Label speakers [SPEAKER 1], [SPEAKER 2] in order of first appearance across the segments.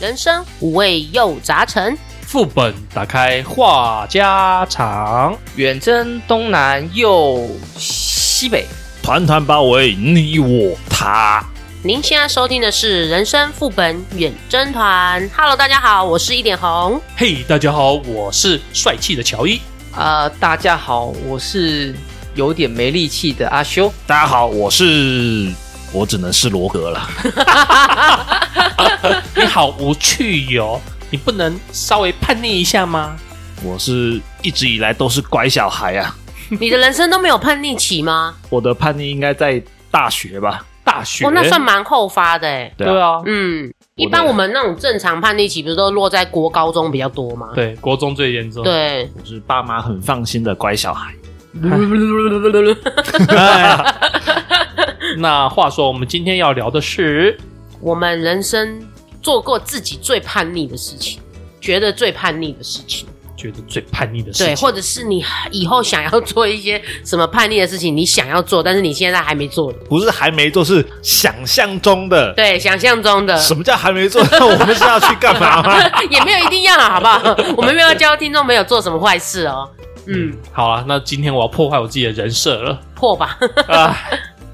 [SPEAKER 1] 人生五味又杂陈。
[SPEAKER 2] 副本打开话家常，
[SPEAKER 3] 远征东南又西北，
[SPEAKER 4] 团团包围你我他。
[SPEAKER 1] 您现在收听的是《人生副本远征团》。Hello，大家好，我是一点红。
[SPEAKER 2] 嘿、大家好，我是帅气的乔伊。
[SPEAKER 3] 啊、大家好，我是有点没力气的阿修。
[SPEAKER 4] 大家好，我是我只能是罗格了。
[SPEAKER 2] 你好无趣哟、你不能稍微叛逆一下吗？
[SPEAKER 4] 我是一直以来都是乖小孩啊，
[SPEAKER 1] 你的人生都没有叛逆期吗？
[SPEAKER 4] 我的叛逆应该在大学吧？
[SPEAKER 2] 大学，
[SPEAKER 1] 哦，那算蛮后发的哎。
[SPEAKER 4] 对啊，
[SPEAKER 1] 嗯，一般我们那种正常叛逆期不是都落在国高中比较多吗？
[SPEAKER 2] 对，国中最严重。，
[SPEAKER 1] 对，
[SPEAKER 4] 我是爸妈很放心的乖小孩。
[SPEAKER 2] 那话说，我们今天要聊的是，
[SPEAKER 1] 我们人生做过自己最叛逆的事情，觉得最叛逆的事情，
[SPEAKER 2] 觉得最叛逆的事
[SPEAKER 1] 对，
[SPEAKER 2] 情。
[SPEAKER 1] 或者是你以后想要做一些什么叛逆的事情，你想要做，但是你现在还没做的，
[SPEAKER 4] 不是还没做，是想象中的。
[SPEAKER 1] 对，啊想象中的。
[SPEAKER 4] 什么叫还没做？我们是要去干嘛吗？
[SPEAKER 1] 也没有一定要啦，啊好不好？ 我们没有要教听众没有做什么坏事哦。嗯，
[SPEAKER 2] 好了，那今天我要破坏我自己的人设了。
[SPEAKER 1] 破 吧，
[SPEAKER 2] 啊，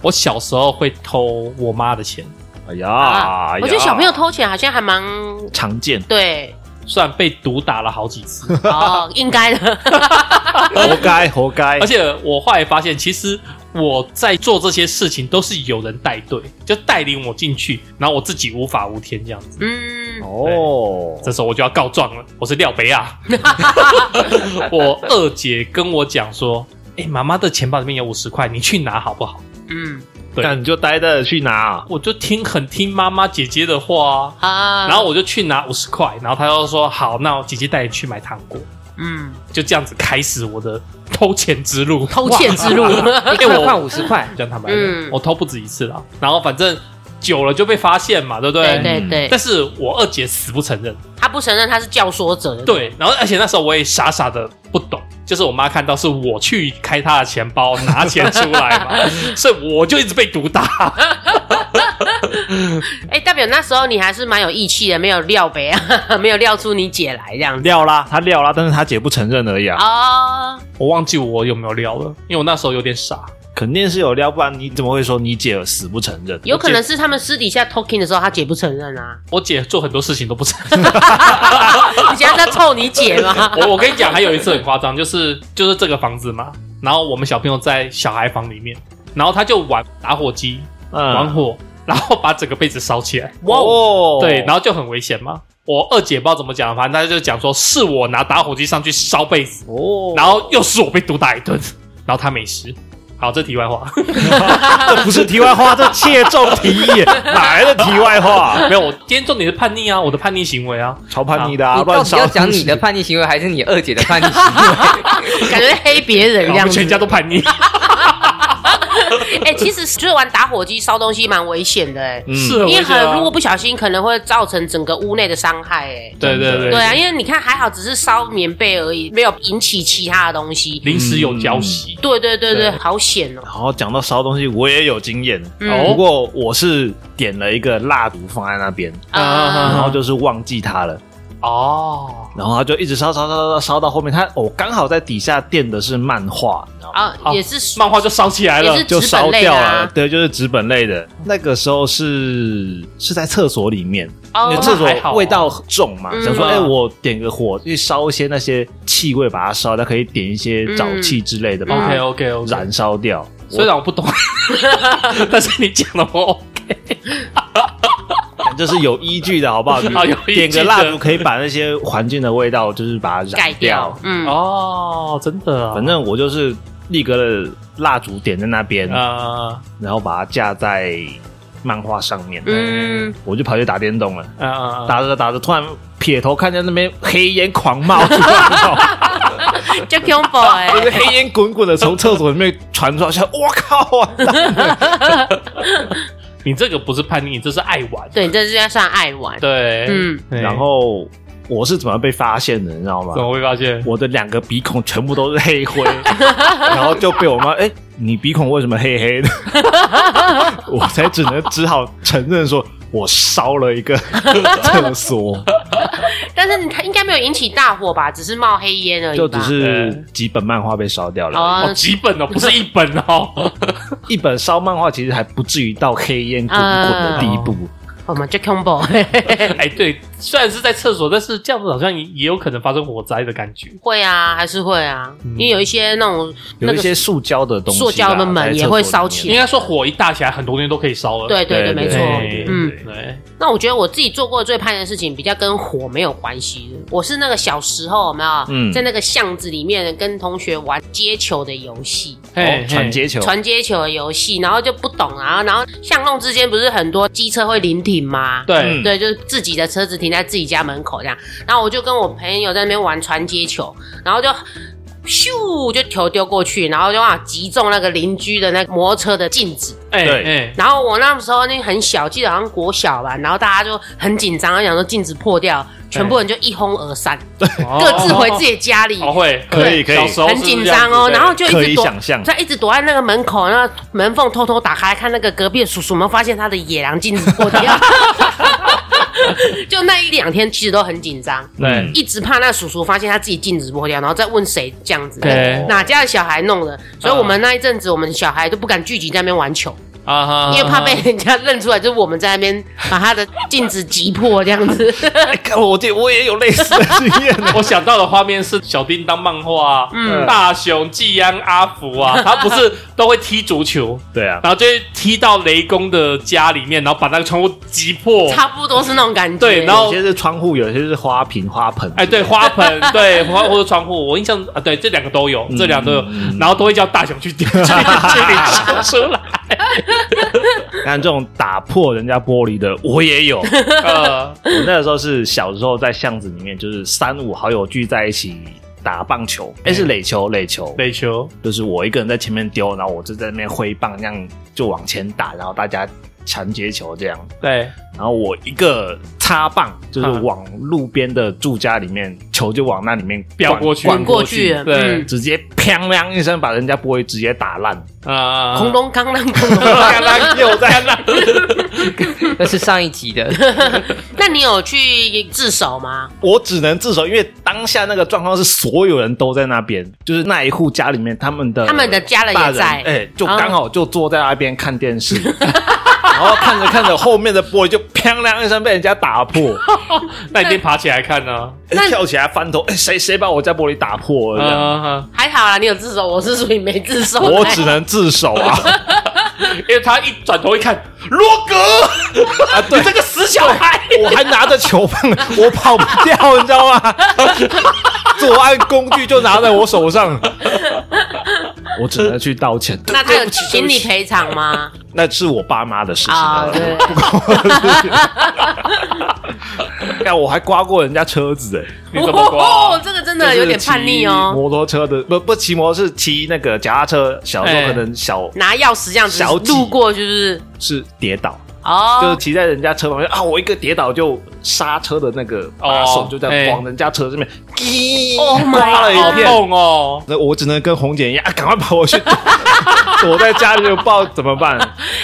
[SPEAKER 2] 我小时候会偷我妈的钱，
[SPEAKER 4] 哎呀，
[SPEAKER 1] 啊
[SPEAKER 4] 哎呀
[SPEAKER 1] 我觉得小朋友偷钱好像还 蛮
[SPEAKER 4] 常 见。
[SPEAKER 1] 对
[SPEAKER 2] 虽然被毒打了好几次，
[SPEAKER 1] 哦，应该的。
[SPEAKER 4] 活该，活该
[SPEAKER 2] 而！且我后来发现，其实我在做这些事情都是有人带队，就带领我进去，然后我自己无法无天这样子。
[SPEAKER 1] 嗯，
[SPEAKER 4] 哦，
[SPEAKER 2] 这时候我就要告状了，我是廖北亚。我二姐跟我讲说：“哎、妈妈的钱包里面有五十块，你去拿好不好
[SPEAKER 1] 嗯
[SPEAKER 2] 对
[SPEAKER 4] 那你就呆着去拿？”。
[SPEAKER 2] 我就听很听妈妈姐姐的话啊、
[SPEAKER 1] 啊，
[SPEAKER 2] 然后我就去拿五十块，然后她又说：“好，那我姐姐带你去买糖果。”
[SPEAKER 1] 嗯，
[SPEAKER 2] 就这样子开始我的偷钱之路，
[SPEAKER 1] 偷窃之路，
[SPEAKER 2] 哎、
[SPEAKER 3] 一块
[SPEAKER 2] 我
[SPEAKER 3] 换五十块，
[SPEAKER 2] 讲坦白的，
[SPEAKER 1] 嗯
[SPEAKER 2] 我偷不止一次啦。然后反正久了就被发现嘛，对不
[SPEAKER 1] 对
[SPEAKER 2] 对？
[SPEAKER 1] 对对，
[SPEAKER 2] 但是我二姐死不承认，
[SPEAKER 1] 他不承认他是教唆者，，
[SPEAKER 2] 对。然后而且那时候我也傻傻的不懂，就是我妈看到是我去开她的钱包拿钱出来嘛，所以我就一直被毒打。
[SPEAKER 1] 哎，代表那时候你还是蛮有义气的，没有料呗， 没有料出你姐来这样子
[SPEAKER 4] 撂啦，他撂啦，但是他姐不承认而已啊，
[SPEAKER 1] 哦，
[SPEAKER 2] 我忘记我有没有撩了，因为我那时候有点傻。
[SPEAKER 4] 肯定是有撂，不然你怎么会说你姐死不承认？
[SPEAKER 1] 有可能是他们私底下 talking 的时候，他姐不承认 啊，
[SPEAKER 2] 我姐做很多事情都不承认。
[SPEAKER 1] 你现在在臭你姐吗？
[SPEAKER 2] 我我跟你讲，还有一次很夸张，就是就是这个房子嘛，然后我们小朋友在小孩房里面，然后他就玩打火机，玩
[SPEAKER 4] 嗯，
[SPEAKER 2] 火，然后把整个被子烧起来。
[SPEAKER 4] 哦
[SPEAKER 2] 对，然后就很危险嘛。我二姐不知道怎么讲，反正她就讲说是我拿打火机上去烧被子，
[SPEAKER 4] 哦，
[SPEAKER 2] 然后又是我被毒打一顿，然后她没事。好，这题外话，
[SPEAKER 4] 这不是题外话，这切中题耶，哪来的题外话？
[SPEAKER 2] 没有，我今天重点是叛逆啊，我的叛逆行为啊，
[SPEAKER 4] 超叛逆的啊，
[SPEAKER 3] 你到
[SPEAKER 4] 乱
[SPEAKER 3] 底
[SPEAKER 4] 烧
[SPEAKER 3] 要讲你
[SPEAKER 4] 东
[SPEAKER 3] 的
[SPEAKER 4] 西
[SPEAKER 3] 叛逆行为，还是你二姐的叛逆 行为？
[SPEAKER 1] 感觉在黑别人
[SPEAKER 2] 我
[SPEAKER 1] 这样
[SPEAKER 2] 们
[SPEAKER 1] 子，
[SPEAKER 2] 全家都叛逆，
[SPEAKER 1] 哎、其实就是玩打火机烧东西蛮危险的哎、
[SPEAKER 2] 是
[SPEAKER 1] 因为
[SPEAKER 2] 很
[SPEAKER 1] 很如果不小心，可能会造成整个屋内的伤害哎、
[SPEAKER 2] 对对对
[SPEAKER 1] 对啊，因为你看还好只是烧棉被而已，没有引起其他的东西。
[SPEAKER 2] 临时有交集，
[SPEAKER 1] 对对对对，
[SPEAKER 2] 对
[SPEAKER 1] 好险哦、
[SPEAKER 4] 然后讲到烧东西，我也有经验，
[SPEAKER 1] 嗯
[SPEAKER 4] 哦不过我是点了一个蜡烛放在那边，
[SPEAKER 2] 嗯
[SPEAKER 4] 然
[SPEAKER 1] 啊、
[SPEAKER 4] 后就是忘记它了，
[SPEAKER 2] 哦，
[SPEAKER 4] 然后它就一直烧烧烧烧烧烧到后面，它我刚好在底下垫的是漫画，你知道吗？
[SPEAKER 1] 啊，也是
[SPEAKER 2] 漫画就烧起来了
[SPEAKER 1] 也，是
[SPEAKER 4] 就
[SPEAKER 1] 纸本
[SPEAKER 4] 烧
[SPEAKER 1] 类
[SPEAKER 4] 掉
[SPEAKER 1] 的
[SPEAKER 4] 了，
[SPEAKER 1] 啊，
[SPEAKER 4] 对，就是纸本类的。那个时候是是在厕所里面，因为
[SPEAKER 1] 哦，
[SPEAKER 4] 厕所
[SPEAKER 2] 那还好啊
[SPEAKER 4] 味道很重嘛，
[SPEAKER 1] 嗯
[SPEAKER 4] 想说，
[SPEAKER 2] 嗯
[SPEAKER 4] 哎、我点个火去烧一些那些气味，把它烧掉，可以点一些沼气之类的，把它
[SPEAKER 2] OK OK OK，
[SPEAKER 4] 燃烧掉。
[SPEAKER 2] 虽然我不懂， 但是你讲了我
[SPEAKER 4] 我这是有依据的，好 不好？
[SPEAKER 2] 好哦有依据的
[SPEAKER 4] 点个蜡烛可以把那些环境的味道，就是把它
[SPEAKER 1] 改
[SPEAKER 4] 燃
[SPEAKER 1] 掉，嗯，
[SPEAKER 2] 哦，真的啊，
[SPEAKER 4] 反正我就是立格的蜡烛点在那边，
[SPEAKER 2] 啊
[SPEAKER 4] 然后把它架在漫画上面，
[SPEAKER 1] 嗯，
[SPEAKER 4] 我就跑去打电动了。
[SPEAKER 2] 啊啊，
[SPEAKER 4] 打着打着，突然撇头看见那边黑烟狂冒出来，
[SPEAKER 1] 叫 combo 哎，
[SPEAKER 4] 就是黑烟滚滚的从厕所里面传出来，像我靠啊！
[SPEAKER 2] 你这个不是叛逆，你这是爱玩，
[SPEAKER 1] 对，你这是在算爱玩，
[SPEAKER 2] 对，
[SPEAKER 1] 嗯，
[SPEAKER 2] 对
[SPEAKER 4] 然后我是怎么被发现的，你知道吗
[SPEAKER 2] 怎？么会发现？
[SPEAKER 4] 我的两个鼻孔全部都是黑灰， 然后就被我妈哎、 你鼻孔为什么黑黑的？我才只能只好承认说，我烧了一个 厕所，
[SPEAKER 1] 但是它应该没有引起大火吧？只是冒黑烟而已吧。
[SPEAKER 4] 就只是几本漫画被烧掉
[SPEAKER 1] 好
[SPEAKER 4] 了，
[SPEAKER 1] 啊
[SPEAKER 2] 哦，几本哦，不是一本哦，
[SPEAKER 4] 一本烧漫画其实还不至于到黑烟滚滚的地步。
[SPEAKER 1] 我们哦就 combo，嘿嘿
[SPEAKER 2] 哎，对，虽然是在厕所，但是这样子好像也也有可能发生火灾的感觉。
[SPEAKER 1] 会啊，还是会啊，因为有一些那种
[SPEAKER 4] 有
[SPEAKER 1] 那
[SPEAKER 4] 一
[SPEAKER 1] 个
[SPEAKER 4] 些塑胶的东西啦，
[SPEAKER 1] 塑胶的门
[SPEAKER 4] 在厕所
[SPEAKER 1] 也会烧
[SPEAKER 4] 里面
[SPEAKER 1] 起
[SPEAKER 2] 应该说火一大起来，很多东西都可以烧了。
[SPEAKER 1] 对对对，
[SPEAKER 4] 对
[SPEAKER 1] 没错。
[SPEAKER 2] 对，
[SPEAKER 1] 嗯
[SPEAKER 2] 对对，
[SPEAKER 1] 那我觉得我自己做过最叛逆的事情，比较跟火没有关系的。我是那个小时候有没有、
[SPEAKER 4] 嗯
[SPEAKER 1] 在那个巷子里面跟同学玩接球的游戏，
[SPEAKER 2] 嘿
[SPEAKER 4] 哦，传接球，
[SPEAKER 1] 传接球的游戏，然后就不懂啊。然后巷弄之间不是很多机车会临停吗？嗯
[SPEAKER 2] 对，
[SPEAKER 1] 对，就是自己的车子停在自己家门口这样。然后我就跟我朋友在那边玩传接球，然后就咻就球丢过去，然后就啊击中那个邻居的那个摩托车的镜子。
[SPEAKER 2] 哎
[SPEAKER 4] 对
[SPEAKER 2] 哎，
[SPEAKER 1] 然后我那时候那很小，记得好像国小吧，然后大家就很紧张，想说镜子破掉，全部人就一哄而散，各自回自己的家里，
[SPEAKER 2] 哦哦。哦会，
[SPEAKER 4] 可以可以
[SPEAKER 2] 小时候是
[SPEAKER 1] 很
[SPEAKER 2] 不是
[SPEAKER 1] 紧
[SPEAKER 2] 这样
[SPEAKER 1] 张
[SPEAKER 2] 子
[SPEAKER 1] 哦。
[SPEAKER 2] 对
[SPEAKER 1] 然后就
[SPEAKER 4] 可
[SPEAKER 1] 一直
[SPEAKER 4] 以
[SPEAKER 1] 躲，
[SPEAKER 4] 想象
[SPEAKER 1] 他一直躲在那个门口那个门缝偷偷打开，看那个隔壁的叔叔们，发现他的野狼镜子破 掉。就那一两天，其实都很紧张，
[SPEAKER 2] 对
[SPEAKER 1] 一直怕那叔叔发现他自己镜子破掉，然后再问谁这样子，
[SPEAKER 2] 对嗯
[SPEAKER 1] 哪家的小孩弄的。所以我们那一阵子，我们小孩都不敢聚集在那边玩球。
[SPEAKER 2] 啊哈，
[SPEAKER 1] 因为
[SPEAKER 4] 嗯
[SPEAKER 1] 怕被人家认出来，就是我们在那边把他的镜子击破这样 子。
[SPEAKER 4] 哎看我这我也有类似的经 验
[SPEAKER 2] 。
[SPEAKER 4] 呢
[SPEAKER 2] 我想到的画面是小叮当漫画、啊，
[SPEAKER 1] 嗯
[SPEAKER 2] 大雄、季安、阿福啊，他不是都会踢 足球，
[SPEAKER 4] 对啊，
[SPEAKER 2] 然后就会踢到雷公的家里面，然后把那个窗户击 破。
[SPEAKER 1] 差不多是那种感觉。
[SPEAKER 2] 对然后
[SPEAKER 4] 有些是窗户，有些是花瓶、花盆。
[SPEAKER 2] 哎，对，花盆， 对，花或者窗户，我印象啊，对，这两个都有，这两个都有，然后都会叫大雄去 丢，去去领球出 来。
[SPEAKER 4] 看这种打破人家玻璃的，我也有。我
[SPEAKER 2] 呃，
[SPEAKER 4] 那个时候是小时候在巷子里面，就是三五好友聚在一起打棒球，哎、是垒球，垒球，
[SPEAKER 2] 垒球，
[SPEAKER 4] 就是我一个人在前面丢，然后我就在那边挥棒，这样就往前打，然后大家缠接球这样。
[SPEAKER 2] 对，
[SPEAKER 4] 然后我一个插棒，就是
[SPEAKER 2] 嗯
[SPEAKER 4] 往路边的住家里面，球就往那里面
[SPEAKER 2] 飙
[SPEAKER 4] 灌
[SPEAKER 2] 过去
[SPEAKER 4] 灌
[SPEAKER 1] 滚过
[SPEAKER 4] 过
[SPEAKER 1] 去，
[SPEAKER 4] 去，
[SPEAKER 2] 对
[SPEAKER 1] 嗯，
[SPEAKER 4] 直接砰啷一声把人家玻璃直接打烂。
[SPEAKER 2] 啊，
[SPEAKER 1] 空
[SPEAKER 4] 嗯
[SPEAKER 1] 中刚浪，空中
[SPEAKER 2] 干
[SPEAKER 1] 刚 浪。
[SPEAKER 2] 啦，又在啦，
[SPEAKER 3] 那是上一集的，
[SPEAKER 1] 那你有去自首吗？
[SPEAKER 4] 我只能自首，因为当下那个状况是所有人都在那边，就是那一户家里面他们的
[SPEAKER 1] 他们的家人也
[SPEAKER 4] 大
[SPEAKER 1] 在
[SPEAKER 4] 哎、就刚好就坐在那边看电视。然后看着看着，后面的玻璃就砰啷一声被人家打破，
[SPEAKER 2] 那你先爬起来看 呢。
[SPEAKER 1] 那
[SPEAKER 4] 哎跳起来翻头，哎谁谁把我家玻璃打破了这样？
[SPEAKER 2] 啊，
[SPEAKER 1] 还好啦，你有自首，我是属于没自首。
[SPEAKER 4] 我只能自首啊！
[SPEAKER 2] 因为他一转头一看，罗格，啊，对，这个死小孩，
[SPEAKER 4] 我还拿着球棒，我跑不掉，你知道吗？作案工具就拿在我手上，我只能去道歉。
[SPEAKER 1] 那他
[SPEAKER 4] 对
[SPEAKER 1] 有
[SPEAKER 4] 不起
[SPEAKER 1] 请你赔偿吗？
[SPEAKER 4] 那是我爸妈的事情
[SPEAKER 1] 啊，
[SPEAKER 4] 了。
[SPEAKER 1] 对，
[SPEAKER 4] 哎，我还刮过人家车子哎、
[SPEAKER 2] 你怎么刮？
[SPEAKER 1] 哦这个真的有点叛逆
[SPEAKER 4] 就是骑
[SPEAKER 1] 哦。
[SPEAKER 4] 摩托车的不不骑摩托是骑那个脚踏车，小时
[SPEAKER 2] 哎
[SPEAKER 4] 候可能小、
[SPEAKER 1] 拿钥匙这样子
[SPEAKER 4] 小几
[SPEAKER 1] 路过就是
[SPEAKER 4] 是跌倒，就是
[SPEAKER 1] 哦，
[SPEAKER 4] 骑在人家车旁边啊，我一个跌倒就刹车的那个把手就在
[SPEAKER 2] 哎
[SPEAKER 4] 往人家车上面，滴、
[SPEAKER 1] 哦 Oh my
[SPEAKER 4] 刮了
[SPEAKER 2] 好
[SPEAKER 4] 一片。
[SPEAKER 2] 痛哦！
[SPEAKER 4] 那我只能跟红姐一样， 啊赶快跑回去，躲在家里，我不知道怎么办。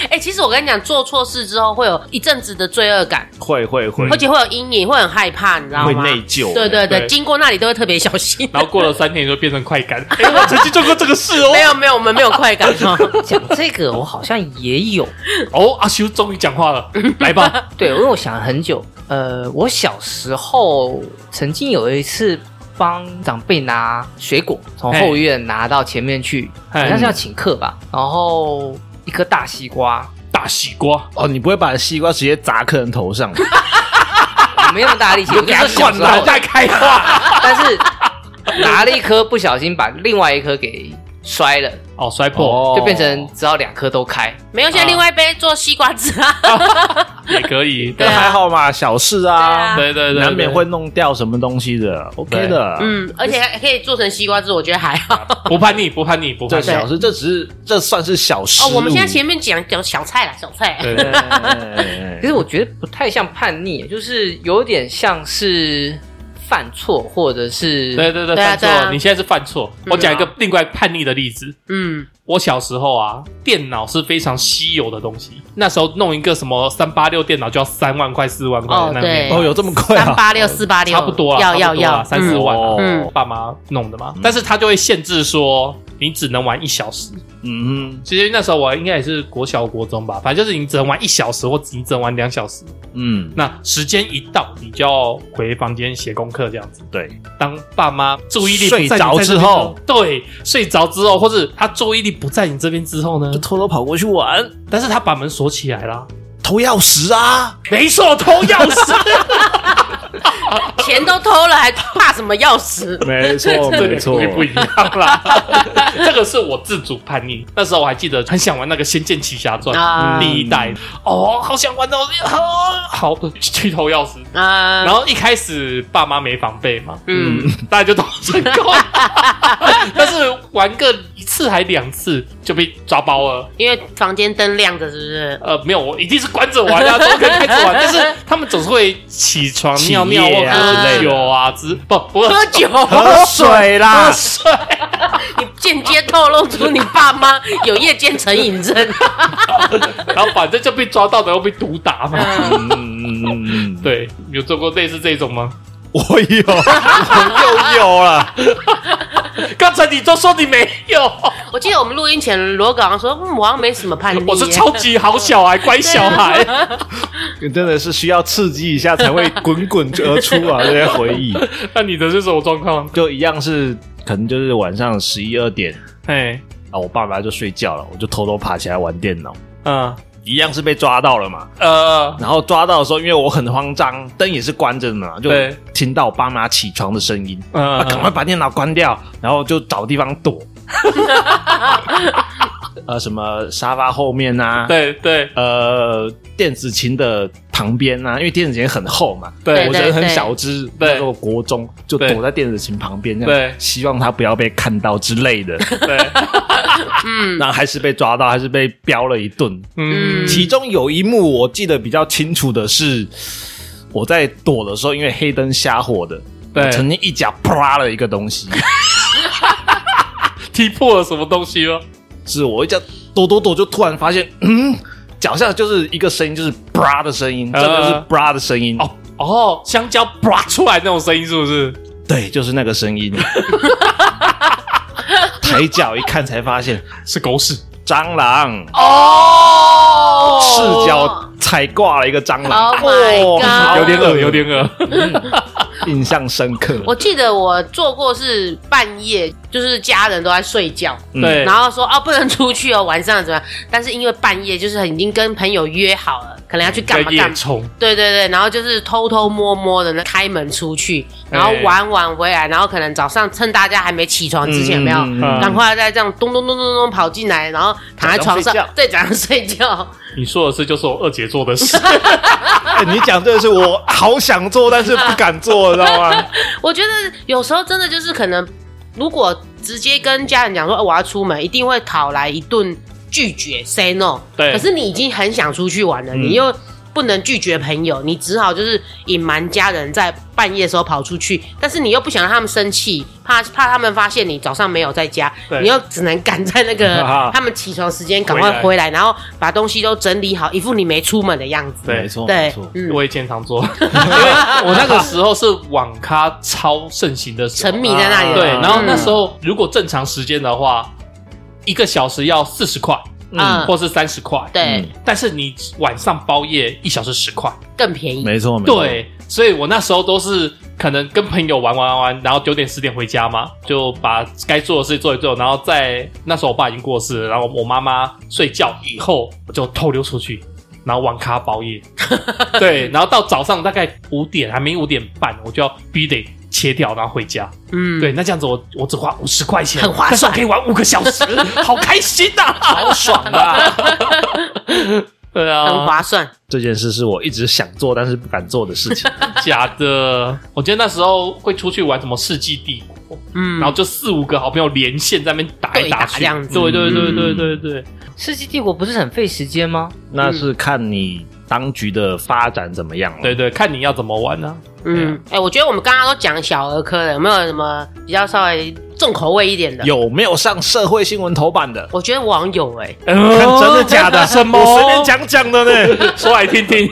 [SPEAKER 1] 哎，其实我跟你讲，做错事之后会有一阵子的罪恶感，
[SPEAKER 4] 会会会
[SPEAKER 1] 而且会有阴影，会很害怕，你知道
[SPEAKER 4] 嗯会
[SPEAKER 1] 吗？
[SPEAKER 4] 内疚，
[SPEAKER 1] 对对对，
[SPEAKER 2] 对
[SPEAKER 1] 经过那里都会特别小心。
[SPEAKER 2] 然后过了三天就变成快感， 哎，我曾经做过这个事哦
[SPEAKER 1] 没。有没有，我们没有快感 哦。
[SPEAKER 3] 讲这个 我好像也有，
[SPEAKER 2] 哦，阿修终于讲话 了，来吧，
[SPEAKER 3] 对，因为我想了很久，呃，我小时候曾经有一次帮长辈拿水果，从后院拿到前面去，
[SPEAKER 2] 嘿
[SPEAKER 3] 好像是要请客吧，然后一颗大西瓜，
[SPEAKER 2] 大西瓜，
[SPEAKER 4] 哦，你不会把西瓜直接砸客人头上吧？
[SPEAKER 3] 我没那 么大力气，我
[SPEAKER 2] 给
[SPEAKER 3] 就
[SPEAKER 2] 他
[SPEAKER 3] 是小
[SPEAKER 2] 灌
[SPEAKER 3] 时候
[SPEAKER 2] 脑，袋开花。
[SPEAKER 3] 但是拿了一颗不小心把另外一颗给摔了，
[SPEAKER 2] 哦，摔破
[SPEAKER 3] 就变成只要两颗都开。
[SPEAKER 1] 没有，现在另外一杯做西瓜汁啊。
[SPEAKER 2] 也可 以，对
[SPEAKER 4] 但还好嘛，小事啊，
[SPEAKER 2] 对对对，
[SPEAKER 4] 难免会弄掉什么东西的，OK 的。
[SPEAKER 1] 嗯，而且还可以做成西瓜汁，我觉得还好。
[SPEAKER 2] 不叛逆，不叛逆，不
[SPEAKER 4] 这
[SPEAKER 2] 叛逆。
[SPEAKER 4] 小事，这只是这算是小事。
[SPEAKER 1] 哦，我们现在前面讲讲小菜啦，小菜。
[SPEAKER 2] 对对，
[SPEAKER 4] 哎
[SPEAKER 3] 可是我觉得不太像叛逆，就是有点像是犯错或者是
[SPEAKER 2] 对对对，
[SPEAKER 1] 对啊
[SPEAKER 2] 犯错
[SPEAKER 1] 对啊
[SPEAKER 2] 了，你现在是犯错。我讲一个另外叛逆的例子，
[SPEAKER 1] 嗯，
[SPEAKER 2] 我小时候啊，电脑是非常稀有的东西，那时候弄一个什么三八六电脑就要三万块、四万块
[SPEAKER 1] 哦
[SPEAKER 2] 那
[SPEAKER 1] 对
[SPEAKER 2] 种
[SPEAKER 4] 哦，有这么贵
[SPEAKER 1] 三
[SPEAKER 4] 啊？
[SPEAKER 1] 八六四八六，
[SPEAKER 2] 差不多啊，
[SPEAKER 1] 要要要
[SPEAKER 2] 三四
[SPEAKER 1] 嗯
[SPEAKER 2] 万啊，
[SPEAKER 1] 嗯
[SPEAKER 2] 爸妈弄的嘛。但是他就会限制说，你只能玩一小时。
[SPEAKER 4] 嗯
[SPEAKER 2] 其实那时候我应该也是国小国中吧，反正就是你只能玩一小时，或你只能玩两小时。
[SPEAKER 4] 嗯，
[SPEAKER 2] 那时间一到，你就要回房间写功课这样子。
[SPEAKER 4] 对，
[SPEAKER 2] 当爸妈注意力不在你
[SPEAKER 4] 睡着之后
[SPEAKER 2] 这边，对，睡着之后，或者他注意力不在你这边之后呢
[SPEAKER 4] 就？偷偷跑过去玩，
[SPEAKER 2] 但是他把门锁起来啦。
[SPEAKER 4] 偷钥匙啊！
[SPEAKER 2] 没错，偷钥匙，
[SPEAKER 1] 嗯钱都偷了，还怕什么钥 匙？
[SPEAKER 4] 没错，哦没错，
[SPEAKER 2] 不一样啦。 这个是我自主叛逆。那时候我还记得很想玩那个《仙剑奇侠传》
[SPEAKER 1] 啊
[SPEAKER 2] 第一代，哦，好想玩哦，好好去偷钥匙。
[SPEAKER 1] 啊，
[SPEAKER 2] 然后一开始爸妈没防备嘛，
[SPEAKER 1] 嗯，
[SPEAKER 2] 大家就都成功， 但是玩个一次还两次就被抓包了。
[SPEAKER 1] 因为房间灯亮着，是不 是？
[SPEAKER 2] 呃，没有，我一定是关着 玩啊，怎么可以开着玩？但是他们总是会起床、
[SPEAKER 4] 起夜
[SPEAKER 2] 尿尿
[SPEAKER 4] 啊
[SPEAKER 2] 或
[SPEAKER 1] 之
[SPEAKER 2] 喝
[SPEAKER 1] 类的
[SPEAKER 2] 酒啊，之不不
[SPEAKER 1] 喝酒，
[SPEAKER 2] 啊
[SPEAKER 4] 喝水啦
[SPEAKER 2] 喝！水，
[SPEAKER 1] 你间接透露出你爸妈 有夜间成瘾症。
[SPEAKER 2] 然后反正就被抓到的又被毒打嘛。
[SPEAKER 1] 嗯
[SPEAKER 4] 嗯嗯嗯嗯，对，
[SPEAKER 2] 对，有做过类似这种吗？
[SPEAKER 4] 我有，我又有了，
[SPEAKER 2] 刚才你都说你没有，
[SPEAKER 1] 我记得我们录音前，罗哥好像说，嗯，我好像没什么叛逆耶。
[SPEAKER 2] 我是超级好小孩，乖小孩。
[SPEAKER 1] 嗯
[SPEAKER 4] 真的是需要刺激一下才会滚滚而出啊！这些回忆
[SPEAKER 2] 那你的是什么状况？
[SPEAKER 4] 就一样是，可能就是晚上十一二点
[SPEAKER 2] 哎，
[SPEAKER 4] 啊，我爸妈就睡觉了，我就偷偷爬起来玩电脑，
[SPEAKER 2] 嗯
[SPEAKER 4] 一样是被抓到了嘛。
[SPEAKER 2] 呃，
[SPEAKER 4] 然后抓到的时候，因为我很慌张，灯也是关着的嘛，就
[SPEAKER 2] 对
[SPEAKER 4] 听到我爸妈起床的声音，
[SPEAKER 2] 嗯
[SPEAKER 4] 啊，赶快把电脑关掉，然后就找地方 躲，呃，什么沙发后面啊，，
[SPEAKER 2] 对对
[SPEAKER 4] 呃，电子琴的旁边啊，因为电子琴很厚嘛，
[SPEAKER 2] 对
[SPEAKER 4] 我
[SPEAKER 1] 对
[SPEAKER 4] 人很小只，
[SPEAKER 2] 对
[SPEAKER 4] 那时候国中就
[SPEAKER 2] 对
[SPEAKER 4] 躲在电子琴旁边，这样
[SPEAKER 2] 对
[SPEAKER 4] 希望他不要被看到之类 的，
[SPEAKER 2] 对，
[SPEAKER 1] 嗯
[SPEAKER 4] 然后还是被抓到，还是被飙了一顿，
[SPEAKER 2] 嗯
[SPEAKER 1] 嗯
[SPEAKER 4] 其中有一幕我记得比较清楚的是，我在躲的时候，因为黑灯瞎火的，
[SPEAKER 2] 对
[SPEAKER 4] 我曾经一脚啪了一个东 西，
[SPEAKER 2] 踢破了什么东西吗？
[SPEAKER 4] 是我一脚躲躲躲，就突然发现，嗯，脚下就是一个声音，就是啪的声音，
[SPEAKER 2] 呃
[SPEAKER 4] 真的是啪的声音，
[SPEAKER 2] 哦哦，香蕉啪出来那种声音是不是？
[SPEAKER 4] 对，就是那个 声音。抬脚一看，才发现
[SPEAKER 2] 是狗屎
[SPEAKER 4] 蟑螂
[SPEAKER 2] 哦
[SPEAKER 4] 赤脚踩挂了一个蟑螂，
[SPEAKER 1] Oh my
[SPEAKER 4] 哦
[SPEAKER 1] god
[SPEAKER 2] 有点恶，有点恶。
[SPEAKER 4] 印象深刻。
[SPEAKER 1] 我记得我做过是半夜，就是家人都在睡觉，
[SPEAKER 4] 嗯
[SPEAKER 2] 对
[SPEAKER 1] 然后说哦不能出去哦，晚上怎么样？但是因为半夜就是已经跟朋友约好了，可能要去 干嘛
[SPEAKER 2] 跟
[SPEAKER 1] 干
[SPEAKER 2] 夜
[SPEAKER 1] 嘛。
[SPEAKER 2] 虫，
[SPEAKER 1] 对对对，然后就是偷偷摸摸的开门出去，然后玩玩回来，然后可能早上趁大家还没起床之前，有没有
[SPEAKER 4] 嗯嗯
[SPEAKER 2] 嗯
[SPEAKER 1] 赶快再这样咚咚咚咚咚跑进来，然后躺在床上
[SPEAKER 4] 假装睡觉
[SPEAKER 1] 对假装睡觉，
[SPEAKER 2] 你说的是就是我二姐做的事，
[SPEAKER 4] 哎你讲这个是我好想做，但是不敢做，知道吗？
[SPEAKER 1] 我觉得有时候真的就是可能，如果直接跟家人讲说、哦我要出门，一定会讨来一顿拒绝 say no。
[SPEAKER 2] 对
[SPEAKER 1] 可是你已经很想出去玩了，
[SPEAKER 4] 嗯
[SPEAKER 1] 你又不能拒绝朋友，你只好就是隐瞒家人，在半夜的时候跑出去，但是你又不想让他们生气，怕怕他们发现你早上没有在家
[SPEAKER 2] 对，
[SPEAKER 1] 你又只能赶在那
[SPEAKER 4] 啊
[SPEAKER 1] 个他们起床时间赶
[SPEAKER 2] 回来
[SPEAKER 1] 快回来，然后把东西都整理好，一副你没出门的样子。
[SPEAKER 2] 对
[SPEAKER 4] 没错，没
[SPEAKER 1] 对
[SPEAKER 4] 错，。
[SPEAKER 1] 嗯，
[SPEAKER 2] 我以前常做，因为我那个时候是网咖超盛行的时候
[SPEAKER 1] 沉迷在那里了。
[SPEAKER 2] 对，
[SPEAKER 4] 嗯
[SPEAKER 2] 然后那时候如果正常时间的话，一个小时要四十块，
[SPEAKER 1] 嗯
[SPEAKER 2] 或是嗯三十块，
[SPEAKER 4] 嗯
[SPEAKER 1] 对，
[SPEAKER 2] 但是你晚上包夜一小时十块，
[SPEAKER 1] 更便宜。
[SPEAKER 4] 没错，没错，
[SPEAKER 2] 对，所以我那时候都是可能跟朋友玩玩玩玩，然后九点十点回家嘛，就把该做的事做一做，然后在那时候我爸已经过世了，然后我妈妈睡觉以后，我就偷溜出去。然后网咖包夜，对，然后到早上大概五点，还没五点半，我就要必须得切掉，然后回家。
[SPEAKER 1] 嗯，
[SPEAKER 2] 对，那这样子我我只花五十块钱，
[SPEAKER 1] 很划算
[SPEAKER 2] 但是我可以玩五个小 时，好开心呐、好爽啊！对啊，
[SPEAKER 1] 很划算。
[SPEAKER 4] 这件事是我一直想做但是不敢做的 事情。嗯
[SPEAKER 2] 假的。我记得那时候会出去玩什么《世纪帝国》
[SPEAKER 1] 嗯，
[SPEAKER 2] 然后就四五个好朋友连线在那边打来去，
[SPEAKER 1] 对打这样子嗯
[SPEAKER 2] 对对对对对对，
[SPEAKER 3] 世纪帝国不是很费时间吗？
[SPEAKER 4] 那是看你当局的发展怎么样了。
[SPEAKER 2] 对对，看你要怎么玩呢、啊
[SPEAKER 1] 嗯，哎、我觉得我们刚刚都讲小儿科的，有没有什么比较稍微重口味一点的？，
[SPEAKER 4] 有没有上社会新闻头版的？
[SPEAKER 1] 我觉得网友哎、
[SPEAKER 4] 看哦真的假的？
[SPEAKER 2] 什么？
[SPEAKER 4] 我随便，讲讲的呢。
[SPEAKER 2] 说来 听听。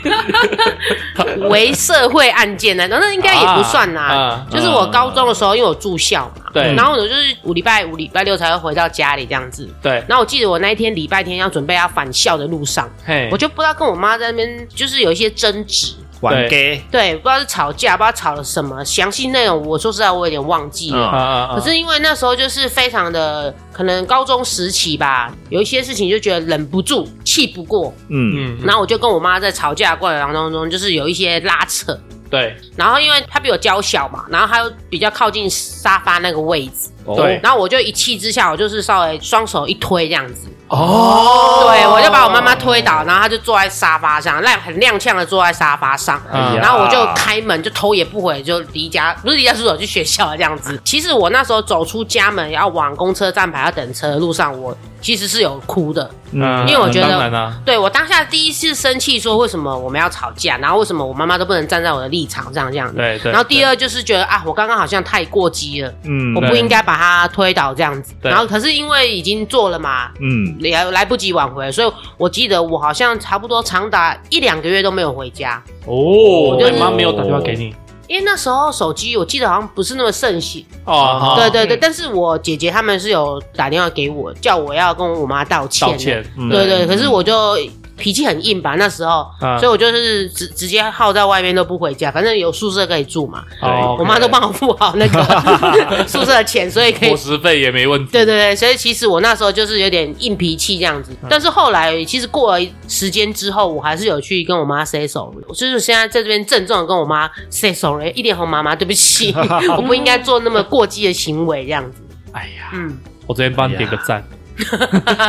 [SPEAKER 1] 为社会案件那种，那应该也不算啦、
[SPEAKER 2] 啊啊
[SPEAKER 1] 就是我高中的时候，因为我住校嘛，
[SPEAKER 2] 对
[SPEAKER 1] 然后我就是五礼拜五、礼拜六才会回到家里这样子。
[SPEAKER 2] 对，
[SPEAKER 1] 然后我记得我那一天礼拜天要准备要返校的路上，
[SPEAKER 2] 嘿
[SPEAKER 1] 我，就不知道跟我妈在那边就是有一些争执，
[SPEAKER 4] 玩
[SPEAKER 2] 对
[SPEAKER 4] gay，
[SPEAKER 1] 对，不知道是吵架，不知道吵了什么，详细内容我说实在我有点忘
[SPEAKER 4] 嗯
[SPEAKER 1] 记了。
[SPEAKER 2] 啊啊
[SPEAKER 1] 可是因为那时候就是非常的，可能高中时期吧，有一些事情就觉得忍不住、气不过，
[SPEAKER 4] 嗯，
[SPEAKER 2] 嗯，
[SPEAKER 1] 然后我就跟我妈在吵架的过程当中，就是有一些拉扯。
[SPEAKER 2] 嗯对，
[SPEAKER 1] 然后因为她比我娇小嘛，然后她又比较靠近沙发那个位置，
[SPEAKER 4] 哦
[SPEAKER 2] 对
[SPEAKER 1] 然后我就一气之下，我就是稍微双手一推这样子，
[SPEAKER 4] 哦，
[SPEAKER 1] 对我就把我妈妈推倒，然后她就坐在沙发上，亮很踉跄的坐在沙发上，
[SPEAKER 2] 嗯
[SPEAKER 1] 然后我就开门，就头也不回，就离家，不是离家出走，去学校了这样子。其实我那时候走出家门，要往公车站牌要等车的路上，我其实是有哭的。
[SPEAKER 4] 啊
[SPEAKER 2] 嗯
[SPEAKER 1] 因为我觉得
[SPEAKER 2] 当然啦，
[SPEAKER 1] 对我当下第一次生气，说为什么我们要吵架，然后为什么我妈妈都不能站在我的立场上这样子。
[SPEAKER 2] 对对。
[SPEAKER 1] 然后第
[SPEAKER 2] 二，
[SPEAKER 1] 二就是觉得啊，我刚刚好像太过激了，
[SPEAKER 4] 嗯
[SPEAKER 1] 我不应该把她推倒这样子。
[SPEAKER 2] 对
[SPEAKER 1] 然后可是因为已经做了嘛，
[SPEAKER 4] 嗯，
[SPEAKER 1] 来来不及挽回，所以我记得我好像差不多长达一两个月都没有回家，
[SPEAKER 2] 哦，
[SPEAKER 1] 就是
[SPEAKER 2] 你妈没有打电话给你
[SPEAKER 1] 因为那时候手机我记得好像不是那么盛行。
[SPEAKER 2] 哦，好
[SPEAKER 1] 对对对，
[SPEAKER 2] 嗯
[SPEAKER 1] 但是我姐姐他们是有打电话给我，叫我要跟我妈道歉。
[SPEAKER 2] 道。歉，
[SPEAKER 4] 嗯
[SPEAKER 1] 对对，可是我就脾气很硬吧，那时候，
[SPEAKER 2] 嗯
[SPEAKER 1] 所以我就是直直接耗在外面都不回家，反正有宿舍可以住嘛。
[SPEAKER 2] 哦，
[SPEAKER 1] 我妈都帮我付好那个 宿舍的钱，所以可以
[SPEAKER 2] 伙。食费也没问题。
[SPEAKER 1] 对对对，所以其实我那时候就是有点硬脾气这样子，
[SPEAKER 2] 嗯
[SPEAKER 1] 但是后来其实过了时间之后，我还是有去跟我妈 say sorry，就是现在在这边郑重的跟我妈 say sorry，一脸红妈妈，对不起， 我不应该做那么过激的行为这样子。
[SPEAKER 2] 哎呀，
[SPEAKER 1] 嗯，
[SPEAKER 2] 我这边帮你点个赞，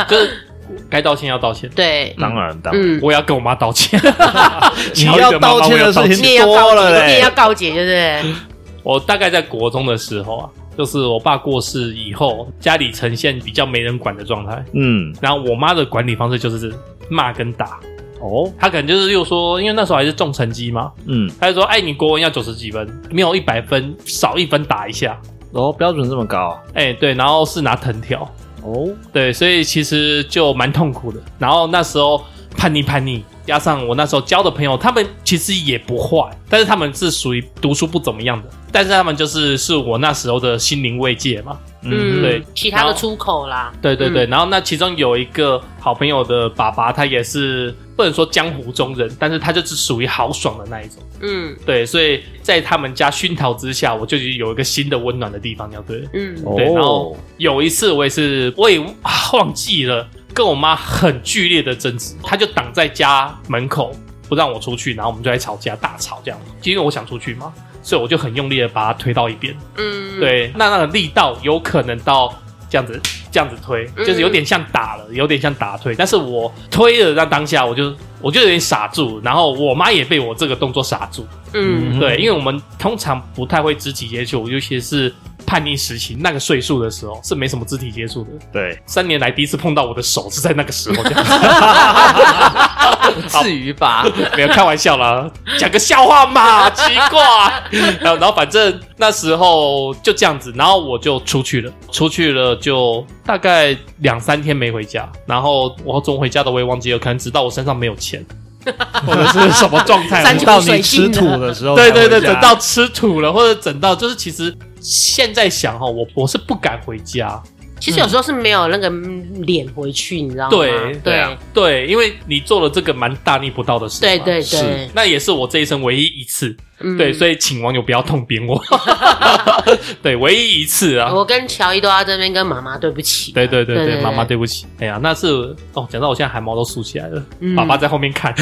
[SPEAKER 2] 就是该道歉要道歉，
[SPEAKER 1] 对，
[SPEAKER 4] 当然当然，
[SPEAKER 1] 嗯，
[SPEAKER 2] 我也要跟我妈道歉。
[SPEAKER 4] 你
[SPEAKER 2] 瞧一
[SPEAKER 4] 要
[SPEAKER 2] 个妈妈
[SPEAKER 4] 道歉的事
[SPEAKER 2] 我也要道
[SPEAKER 4] 情
[SPEAKER 2] 歉
[SPEAKER 1] 你也要
[SPEAKER 4] 多
[SPEAKER 1] 告
[SPEAKER 4] 了
[SPEAKER 1] 解，
[SPEAKER 4] 嘞
[SPEAKER 1] 你也要告解，对不对？
[SPEAKER 2] 我大概在国中的时候啊，就是我爸过世以后，家里呈现比较没人管的状态。
[SPEAKER 4] 嗯，
[SPEAKER 2] 然后我妈的管理方式就是骂跟打，
[SPEAKER 4] 哦，
[SPEAKER 2] 她可能就是又说，因为那时候还是重成绩嘛，
[SPEAKER 4] 嗯，
[SPEAKER 2] 她就说，哎，你国文要九十几分，没有一百分，少一分打一下。
[SPEAKER 4] 哦，标准这么高啊，
[SPEAKER 2] 哎，对，然后是拿藤条，
[SPEAKER 4] 哦，
[SPEAKER 2] 对，所以其实就蛮痛苦的。然后那时候叛逆叛逆，加上我那时候交的朋友，他们其实也不坏，但是他们是属于读书不怎么样的，但是他们就是是我那时候的心灵慰藉嘛。
[SPEAKER 1] 嗯，
[SPEAKER 2] 对
[SPEAKER 1] 其他
[SPEAKER 2] 然
[SPEAKER 1] 的
[SPEAKER 2] 后
[SPEAKER 1] 出口啦，
[SPEAKER 2] 对对对，然后那其中有一个好朋友的爸爸，他也是不能说江湖中人，但是他就是属于豪爽的那一种。
[SPEAKER 1] 嗯
[SPEAKER 2] 对，所以在他们家熏陶之下，我就有一个新的温暖的地方，要对了。
[SPEAKER 1] 嗯
[SPEAKER 4] 哦
[SPEAKER 2] 对，然后有一次我也是，我也忘记了，跟我妈很剧烈的争执，她就挡在家门口不让我出去，然后我们就在吵架，大吵这样。因为我想出去嘛，所以我就很用力的把她推到一边。
[SPEAKER 1] 嗯，
[SPEAKER 2] 对，那那个力道有可能到这样子这样子推，
[SPEAKER 1] 嗯
[SPEAKER 2] 就是有点像打了，有点像打推。但是我推了那当下，我就我就有点傻住，然后我妈也被我这个动作傻住。
[SPEAKER 1] 嗯，
[SPEAKER 2] 对，因为我们通常不太会肢体接触，尤其是叛逆时期那个岁数的时候，是没什么肢体接触的。
[SPEAKER 4] 对，
[SPEAKER 2] 三年来第一次碰到我的手是在那个时候，这样
[SPEAKER 3] 至于吧？
[SPEAKER 2] 没有开玩笑啦，讲个笑话 嘛，奇怪。然后，然后反正那时候就这样子，然后我就出去了，出去了就大概两三天没回家，然后我怎么回家的我也忘记了，可能直到我身上没有钱，或者是什么状态，
[SPEAKER 1] 山
[SPEAKER 2] 我
[SPEAKER 1] 穷
[SPEAKER 4] 到
[SPEAKER 1] 水
[SPEAKER 4] 你吃
[SPEAKER 1] 尽
[SPEAKER 4] 土
[SPEAKER 1] 了
[SPEAKER 4] 的时候才
[SPEAKER 2] 对
[SPEAKER 4] 回家，
[SPEAKER 2] 对对，等到吃土了，或者等到就是其实现在想哈，我我是不敢回家，
[SPEAKER 1] 其实有时候是没有那个脸回去，你知道吗？
[SPEAKER 2] 对
[SPEAKER 1] 对、
[SPEAKER 4] 啊
[SPEAKER 2] 对，因为你做了这个蛮大逆不道的事嘛，
[SPEAKER 1] 对对对
[SPEAKER 4] 是，
[SPEAKER 2] 那也是我这一生唯一一次，
[SPEAKER 1] 嗯
[SPEAKER 2] 对，所以请网友不要痛 扁我，对，唯一一次啊，
[SPEAKER 1] 我跟乔伊都要这边跟妈妈对不起。
[SPEAKER 2] 对对对
[SPEAKER 1] 哦对
[SPEAKER 2] 对，
[SPEAKER 1] 对
[SPEAKER 2] 妈妈对不起，哎呀，那是哦，讲到我现在汗毛都竖起来了，
[SPEAKER 1] 嗯
[SPEAKER 2] 爸爸在后面 看，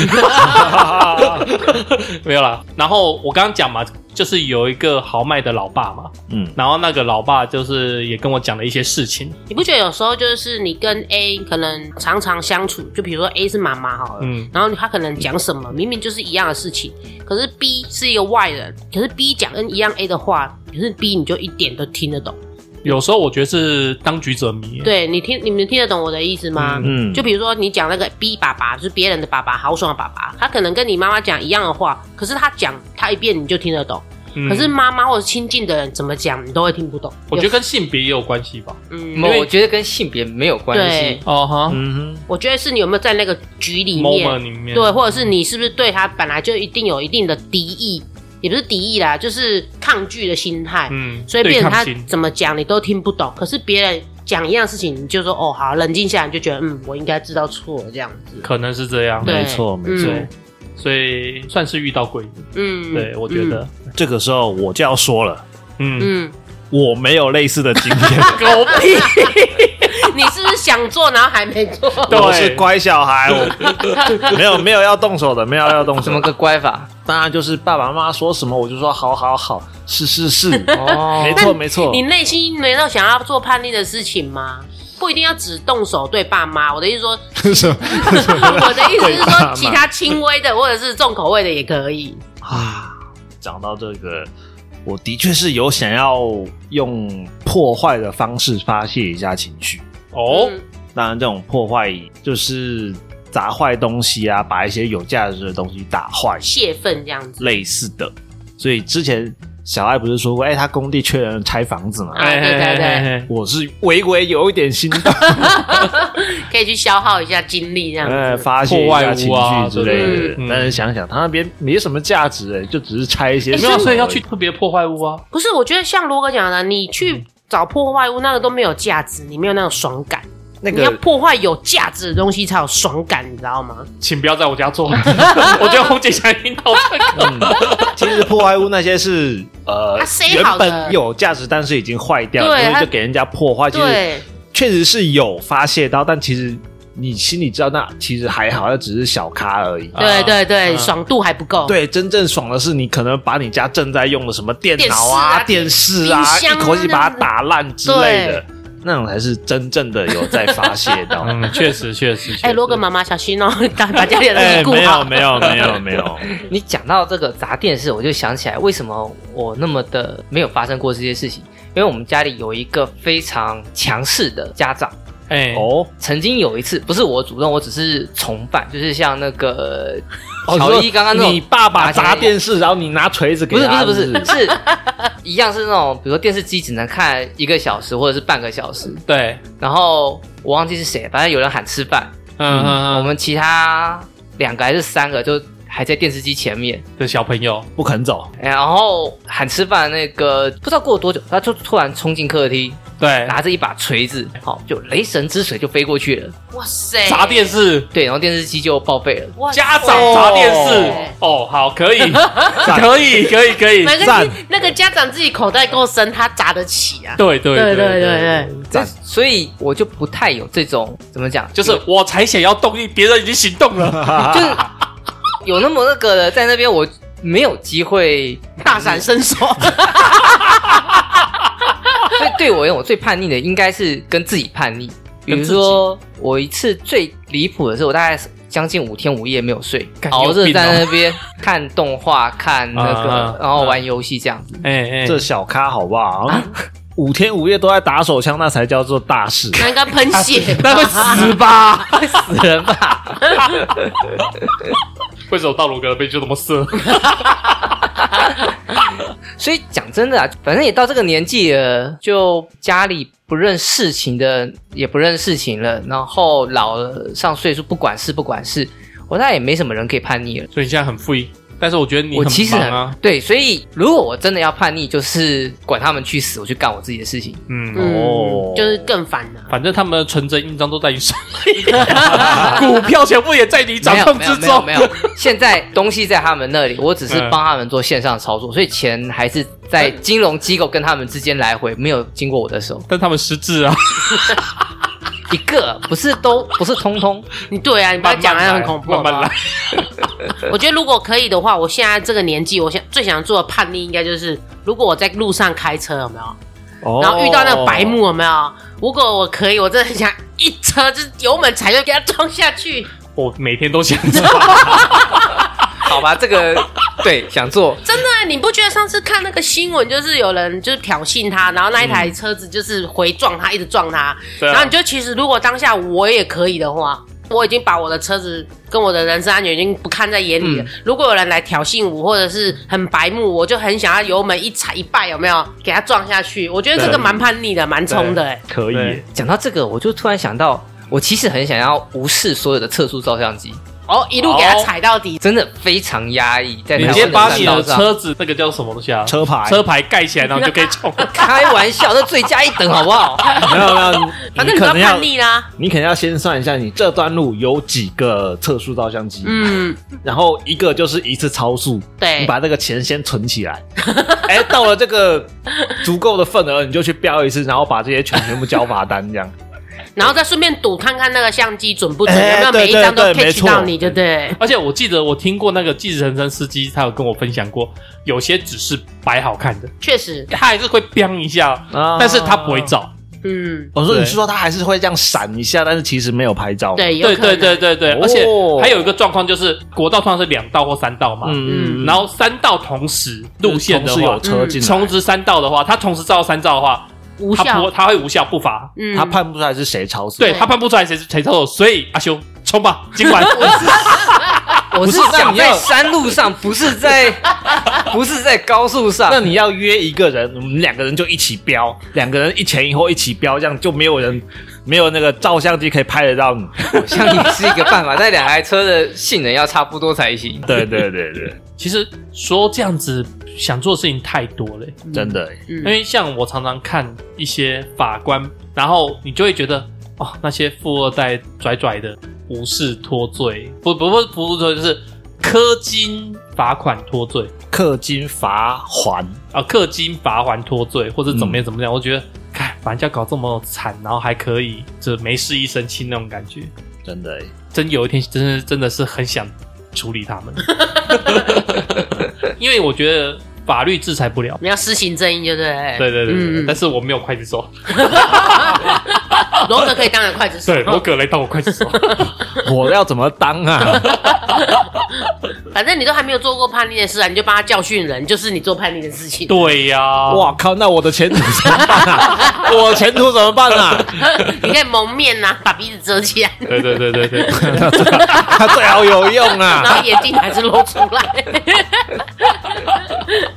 [SPEAKER 2] 没有啦。然后我刚刚讲嘛，就是有一个豪迈的老爸嘛，
[SPEAKER 4] 嗯，
[SPEAKER 2] 然后那个老爸就是也跟我讲了一些事情，
[SPEAKER 1] 你不觉得有时候就是你跟 A 可能常常相处，就比如说 A 是妈妈好了，
[SPEAKER 2] 嗯，
[SPEAKER 1] 然后他可能讲什么，明明就是一样的事情，可是 B 是一个外人，可是 B 讲跟一样 A 的话，可是 B 你就一点都听得懂。
[SPEAKER 2] 有时候我觉得是当局者迷，
[SPEAKER 1] 对你听，你们听得懂我的意思吗？
[SPEAKER 4] 嗯
[SPEAKER 1] 就比如说你讲那个 B 爸爸，就是别人的爸爸，豪爽的爸爸，他可能跟你妈妈讲一样的话，可是他讲他一遍你就听得懂，
[SPEAKER 2] 嗯
[SPEAKER 1] 可是妈妈或者亲近的人怎么讲，你都会听不懂。
[SPEAKER 2] 我觉得跟性别也有关系吧。
[SPEAKER 1] 嗯，
[SPEAKER 3] 没
[SPEAKER 2] 因
[SPEAKER 3] 有
[SPEAKER 2] 为
[SPEAKER 3] 我觉得跟性别没有关系
[SPEAKER 1] 对。
[SPEAKER 2] 哦哈
[SPEAKER 4] 嗯
[SPEAKER 1] 我觉得是你有没有在那个局里
[SPEAKER 2] ，moment
[SPEAKER 1] 面，
[SPEAKER 2] 里面，
[SPEAKER 1] 对，或者是你是不是对他本来就一定有一定的敌意，也不是敌意啦，就是抗拒的心态。
[SPEAKER 2] 嗯，
[SPEAKER 1] 所以变成他
[SPEAKER 2] 对抗性
[SPEAKER 1] 怎么讲你都听不懂，可是别人讲一样事情，你就说哦好，冷静下来你就觉得嗯，我应该知道错了这样子。
[SPEAKER 2] 可能是这样，
[SPEAKER 1] 对
[SPEAKER 4] 没错没错。
[SPEAKER 1] 嗯
[SPEAKER 2] 所以算是遇到贵人。
[SPEAKER 1] 嗯，
[SPEAKER 2] 对，我觉得，
[SPEAKER 4] 这个时候我就要说了，
[SPEAKER 2] 嗯，
[SPEAKER 1] 嗯，
[SPEAKER 4] 我没有类似的经验，
[SPEAKER 2] 狗屁，
[SPEAKER 1] 嗯， 你是不是想做然后还没做？
[SPEAKER 2] 对
[SPEAKER 4] 我是乖小孩， 我没有没有要动手的，没有要动手
[SPEAKER 3] 怎么。个乖法？
[SPEAKER 4] 当然就是爸爸妈妈说什么，我就说好好好，是是是，
[SPEAKER 3] 哦
[SPEAKER 4] 没，错没错。
[SPEAKER 1] 你内心难道想要做叛逆的事情吗？不一定要只动手对爸妈，我的意思说，
[SPEAKER 4] 是
[SPEAKER 1] 我的意思是
[SPEAKER 4] 对爸妈
[SPEAKER 1] 说，其他轻微的或者是重口味的也可以。
[SPEAKER 4] 啊，讲到这个，我的确是有想要用破坏的方式发泄一下情绪。
[SPEAKER 2] 哦，
[SPEAKER 1] 嗯
[SPEAKER 4] 当然，这种破坏就是砸坏东西啊，把一些有价值的东西打坏，
[SPEAKER 1] 泄愤这样子。
[SPEAKER 4] 类似的。所以之前小爱不是说过，哎、他工地缺人拆房子 嘛？
[SPEAKER 1] 啊对对对
[SPEAKER 2] 对，
[SPEAKER 4] 我是微微有一点心动，
[SPEAKER 1] 可以去消耗一下精力，这样
[SPEAKER 2] 哎
[SPEAKER 4] 呃，
[SPEAKER 1] 子。
[SPEAKER 4] 发泄一
[SPEAKER 2] 破
[SPEAKER 4] 下
[SPEAKER 2] 坏
[SPEAKER 4] 情
[SPEAKER 2] 屋啊
[SPEAKER 4] 绪之类
[SPEAKER 1] 对
[SPEAKER 4] 的。
[SPEAKER 1] 对
[SPEAKER 2] 对嗯
[SPEAKER 4] 但是想想，他那边没什么价值、哎，就只是拆一些。
[SPEAKER 2] 没有，所以要去。特别破坏屋啊。
[SPEAKER 1] 不是，我觉得像罗哥讲的，你去找破坏物那个都没有价值，你没有那种爽感。
[SPEAKER 4] 那
[SPEAKER 1] 你要
[SPEAKER 4] 个
[SPEAKER 1] 破坏有价值的东西才有爽感，你知道吗？
[SPEAKER 2] 请不要在我家做， 我觉得红姐想听到这个。
[SPEAKER 4] 嗯，其实破坏物那 些是呃
[SPEAKER 1] 它塞
[SPEAKER 4] 原
[SPEAKER 1] 好的
[SPEAKER 4] 本有价值，但是已经坏掉，
[SPEAKER 1] 对
[SPEAKER 4] 所以
[SPEAKER 1] 它
[SPEAKER 4] 就给人家破坏。其实
[SPEAKER 1] 对，
[SPEAKER 4] 确实是有发泄到，但其实你心里知道，那其实还好，那只是小咖而已。
[SPEAKER 1] 对对对，
[SPEAKER 2] 啊
[SPEAKER 1] 爽度还不够。，
[SPEAKER 4] 对，真正爽的是你可能把你家正在用的什么电脑啊、
[SPEAKER 1] 电
[SPEAKER 4] 电视啊，
[SPEAKER 1] 冰箱
[SPEAKER 4] 一
[SPEAKER 1] 啊
[SPEAKER 4] 口气把它打烂之类的
[SPEAKER 1] 对，
[SPEAKER 4] 那种才是真正的有在发泄 到。
[SPEAKER 2] 嗯，确实确实。
[SPEAKER 1] 哎，罗哥妈妈小心哦， 把把家里的东
[SPEAKER 4] 哎，
[SPEAKER 1] 西顾
[SPEAKER 4] 没有
[SPEAKER 1] 好。
[SPEAKER 4] 没有没有没有，
[SPEAKER 3] 你讲到这个砸电视，我就想起来为什么我那么的没有发生过这些事情，因为我们家里有一个非常强势的家长。
[SPEAKER 2] 哎，
[SPEAKER 4] 哦
[SPEAKER 3] 曾经有一次，不是我主动，我只是崇拜，就是像那个
[SPEAKER 4] 哦，
[SPEAKER 3] 乔
[SPEAKER 4] 你
[SPEAKER 3] 伊
[SPEAKER 4] 说
[SPEAKER 3] 刚刚那种
[SPEAKER 4] 你爸爸
[SPEAKER 3] 打起来
[SPEAKER 4] 砸电视，然后你拿锤子给
[SPEAKER 3] 不是不
[SPEAKER 4] 他，
[SPEAKER 3] 是不是，是一样是那种，比如说电视机只能看一个小时或者是半个小时，
[SPEAKER 2] 对，
[SPEAKER 3] 然后我忘记是谁，反正有人喊吃饭，
[SPEAKER 2] 嗯
[SPEAKER 3] 我
[SPEAKER 2] 嗯嗯，
[SPEAKER 3] 们其他两个还是三个就还在电视机前面，
[SPEAKER 2] 的嗯小朋友，
[SPEAKER 4] 不肯走。
[SPEAKER 3] 然后喊吃饭的那个不知道过了多久，他就突然冲进客厅，
[SPEAKER 2] 对，
[SPEAKER 1] 哎
[SPEAKER 3] 拿着一把锤子，好就雷神之锤就飞过去了，
[SPEAKER 1] 哇塞，
[SPEAKER 2] 砸电视，
[SPEAKER 3] 对，然后电视机就报废了。
[SPEAKER 1] 哇塞
[SPEAKER 2] 家长砸电视，哦，好， 可以，可以，可以，可以，
[SPEAKER 1] 没关
[SPEAKER 2] 赞
[SPEAKER 1] 系，，那个家长自己口袋够深，他砸得起啊。
[SPEAKER 2] 对对
[SPEAKER 1] 对对
[SPEAKER 2] 对
[SPEAKER 1] 对，
[SPEAKER 4] 赞
[SPEAKER 3] 所以我就不太有这种怎么讲，
[SPEAKER 2] 就是我才想要动力，别人已经行动了。
[SPEAKER 3] 就是有那么那个的，在那边我没有机会。
[SPEAKER 1] 大展身手。
[SPEAKER 3] 所以对我而言，我最叛逆的应该是跟自己叛逆。比
[SPEAKER 2] 跟
[SPEAKER 3] 如
[SPEAKER 2] 自己
[SPEAKER 3] 说，我一次最离谱的是，我大概将近五天五夜没有睡，
[SPEAKER 2] 干
[SPEAKER 3] 熬
[SPEAKER 2] 有
[SPEAKER 3] 着
[SPEAKER 2] 病哦
[SPEAKER 3] 在那边看动画、 看那
[SPEAKER 2] 啊
[SPEAKER 3] 个
[SPEAKER 2] 啊，
[SPEAKER 3] 然后玩游戏这样子。
[SPEAKER 2] 哎哎，，
[SPEAKER 4] 这小咖好不好？五天五夜都在打手枪，那才叫做大事。
[SPEAKER 1] 那应该喷血
[SPEAKER 2] 那会死吧？
[SPEAKER 3] 快死人吧！
[SPEAKER 2] 为什么到罗格的杯就那么色？
[SPEAKER 3] 所以讲真的啊，反正也到这个年纪了，就家里不认事情的也不认事情了，然后老了上岁数不管事不管事，我大概也没什么人可以叛逆了。
[SPEAKER 2] 所以你现在很富裕，但是我觉得你
[SPEAKER 3] 我
[SPEAKER 2] 很
[SPEAKER 3] 其实
[SPEAKER 2] 忙啊，
[SPEAKER 3] 对，所以如果我真的要叛逆，就是管他们去死，我去干我自己的事情。
[SPEAKER 2] 嗯，
[SPEAKER 1] 嗯
[SPEAKER 4] 哦，
[SPEAKER 1] 就是更烦了。
[SPEAKER 2] 反正他们的存折、印章都在你手里， 股票全部也在你掌
[SPEAKER 3] 没有
[SPEAKER 2] 控
[SPEAKER 3] 没有
[SPEAKER 2] 之
[SPEAKER 3] 没有
[SPEAKER 2] 中
[SPEAKER 3] 没。有，现在东西在他们那里，我只是
[SPEAKER 2] 嗯
[SPEAKER 3] 帮他们做线上操作，所以钱还是在金融机构跟他们之间来回，没有经过我的手。
[SPEAKER 2] 但他们失智啊，
[SPEAKER 3] 一个不是都 不是通通，
[SPEAKER 1] 你对啊，你不要讲啊，
[SPEAKER 2] 慢慢来
[SPEAKER 1] 很恐怖。
[SPEAKER 2] 慢慢来
[SPEAKER 1] 来。 我觉得如果可以的话，我现在这个年纪，我想最想做的叛逆应该就是，如果我在路上开车，有没有？
[SPEAKER 4] 哦
[SPEAKER 1] 然后遇到那个白目，有没有？如果我可以，我真的很想一车就是油门踩就给他撞下去，
[SPEAKER 2] 我每天都想 着，
[SPEAKER 3] 好吧？这个对想做，
[SPEAKER 1] 真的，你不觉得上次看那个新闻，就是有人就是挑衅他，然后那一台车子就是回撞他，一直撞他，
[SPEAKER 2] 对啊
[SPEAKER 1] 然后你就其实如果当下我也可以的话，我已经把我的车子跟我的人身安全已经不看在眼里
[SPEAKER 2] 嗯
[SPEAKER 1] 了。如果有人来挑衅我，或者是很白目，我就很想要油门一踩一拜，有没有给他撞下去？我觉得这个
[SPEAKER 2] 对
[SPEAKER 1] 蛮叛逆的，蛮冲的、欸，
[SPEAKER 4] 可以
[SPEAKER 2] 对
[SPEAKER 4] 耶，
[SPEAKER 3] 讲到这个，我就突然想到，我其实很想要无视所有的测速照相机，
[SPEAKER 1] 哦，一路给他踩到
[SPEAKER 2] 哦
[SPEAKER 1] 底。
[SPEAKER 3] 真的非常压抑。在
[SPEAKER 2] 你
[SPEAKER 3] 台
[SPEAKER 2] 直接
[SPEAKER 3] 湾的
[SPEAKER 2] 把
[SPEAKER 3] 栈
[SPEAKER 2] 你
[SPEAKER 3] 道
[SPEAKER 2] 的
[SPEAKER 3] 上
[SPEAKER 2] 车子那个叫什么东西啊？
[SPEAKER 4] 车牌
[SPEAKER 2] 车牌盖起来，然后你就可以冲。
[SPEAKER 3] 开玩笑，那最佳一等好不好？
[SPEAKER 4] 没有没有，你
[SPEAKER 1] 反正
[SPEAKER 4] 你
[SPEAKER 1] 你都
[SPEAKER 4] 可
[SPEAKER 1] 要
[SPEAKER 4] 能要
[SPEAKER 1] 叛逆啦，
[SPEAKER 4] 你可能要先算一下，你这段路有几个测速照相机，
[SPEAKER 1] 嗯，
[SPEAKER 4] 然后一个就是一次超速，
[SPEAKER 1] 对
[SPEAKER 4] 你把这个钱先存起来，哎、到了这个足够的份额，你就去标一次，然后把这些钱全部交罚单，这样
[SPEAKER 1] 然后再顺便赌看看那个相机准 不准，
[SPEAKER 4] 哎
[SPEAKER 1] 有没有每一张都
[SPEAKER 4] 对对对
[SPEAKER 1] catch 到你，对不对？
[SPEAKER 2] 而且我记得我听过那个计程车司机，他有跟我分享过，有些只是摆好看的，
[SPEAKER 1] 确实，
[SPEAKER 2] 他还是会 biang 一下，
[SPEAKER 4] 啊
[SPEAKER 2] 但是他不会。照。
[SPEAKER 1] 嗯，
[SPEAKER 4] 我说，
[SPEAKER 2] 对
[SPEAKER 4] 你是说他还是会这样闪一下，但是其实没有拍照。，
[SPEAKER 1] 对，有
[SPEAKER 2] 对
[SPEAKER 1] 可
[SPEAKER 2] 对
[SPEAKER 1] 能。
[SPEAKER 2] 对对对，
[SPEAKER 4] 哦
[SPEAKER 2] 而且还有一个状况就是，国道通常是两道或三道嘛，
[SPEAKER 1] 嗯
[SPEAKER 2] 然后三道同时路线的
[SPEAKER 4] 是嗯有
[SPEAKER 2] 话，
[SPEAKER 4] 车进来，
[SPEAKER 2] 同时三道的话，他同时照三道的话，
[SPEAKER 1] 无
[SPEAKER 2] 他不
[SPEAKER 1] 效，
[SPEAKER 2] 他会无效不罚，
[SPEAKER 1] 嗯，
[SPEAKER 4] 他判不出来是谁超速。
[SPEAKER 2] 对
[SPEAKER 1] 对
[SPEAKER 2] 他判不出来谁是谁偷走，所以阿修冲吧，今晚
[SPEAKER 3] 我是想在山路上，不是在不是在高速上。
[SPEAKER 4] 那你要约一个人，我们两个人就一起标，两个人一前一后一起标，这样就没有人没有那个照相机可以拍得 到你。
[SPEAKER 3] 我像你是一个办法，但两台车的性能要差不多才行。
[SPEAKER 4] 对对对对，
[SPEAKER 2] 其实说这样子想做的事情太多了、
[SPEAKER 4] 真的耶。
[SPEAKER 2] 因
[SPEAKER 1] 嗯，
[SPEAKER 2] 为像我常常看一些法官，然后你就会觉得哦，那些富二代拽拽的不是脱罪，不不不不是脱罪，就是氪金罚款脱罪
[SPEAKER 4] 氪金罚还，
[SPEAKER 2] 啊，氪金罚款脱罪，或者怎么样怎么样，我觉得。看，把人家搞这么惨，然后还可以，就没事一身轻那种感觉。
[SPEAKER 4] 真的耶。
[SPEAKER 2] 真有一天，真是真的是很想处理他 们，因为我觉得法律制裁不了。
[SPEAKER 1] 你要施行正义，对不对？
[SPEAKER 2] 对对对对
[SPEAKER 1] 嗯
[SPEAKER 2] 但是我没有刽子手，
[SPEAKER 1] 罗格可以当然刽子手，
[SPEAKER 2] 对，罗格雷当我刽子手。
[SPEAKER 4] 我要怎么当啊？
[SPEAKER 1] 反正你都还没有做过叛逆的事啊，你就帮他教训人，就是你做叛逆的事情。
[SPEAKER 2] 对呀、
[SPEAKER 4] 哇靠！那我的前途怎么办 啊？我前途怎么办啊？
[SPEAKER 1] 你可以蒙面呐、把鼻子遮起来，
[SPEAKER 2] 对对对对对，
[SPEAKER 4] 他最好有用
[SPEAKER 1] 然
[SPEAKER 4] 啊！
[SPEAKER 1] 后眼睛还是露出来。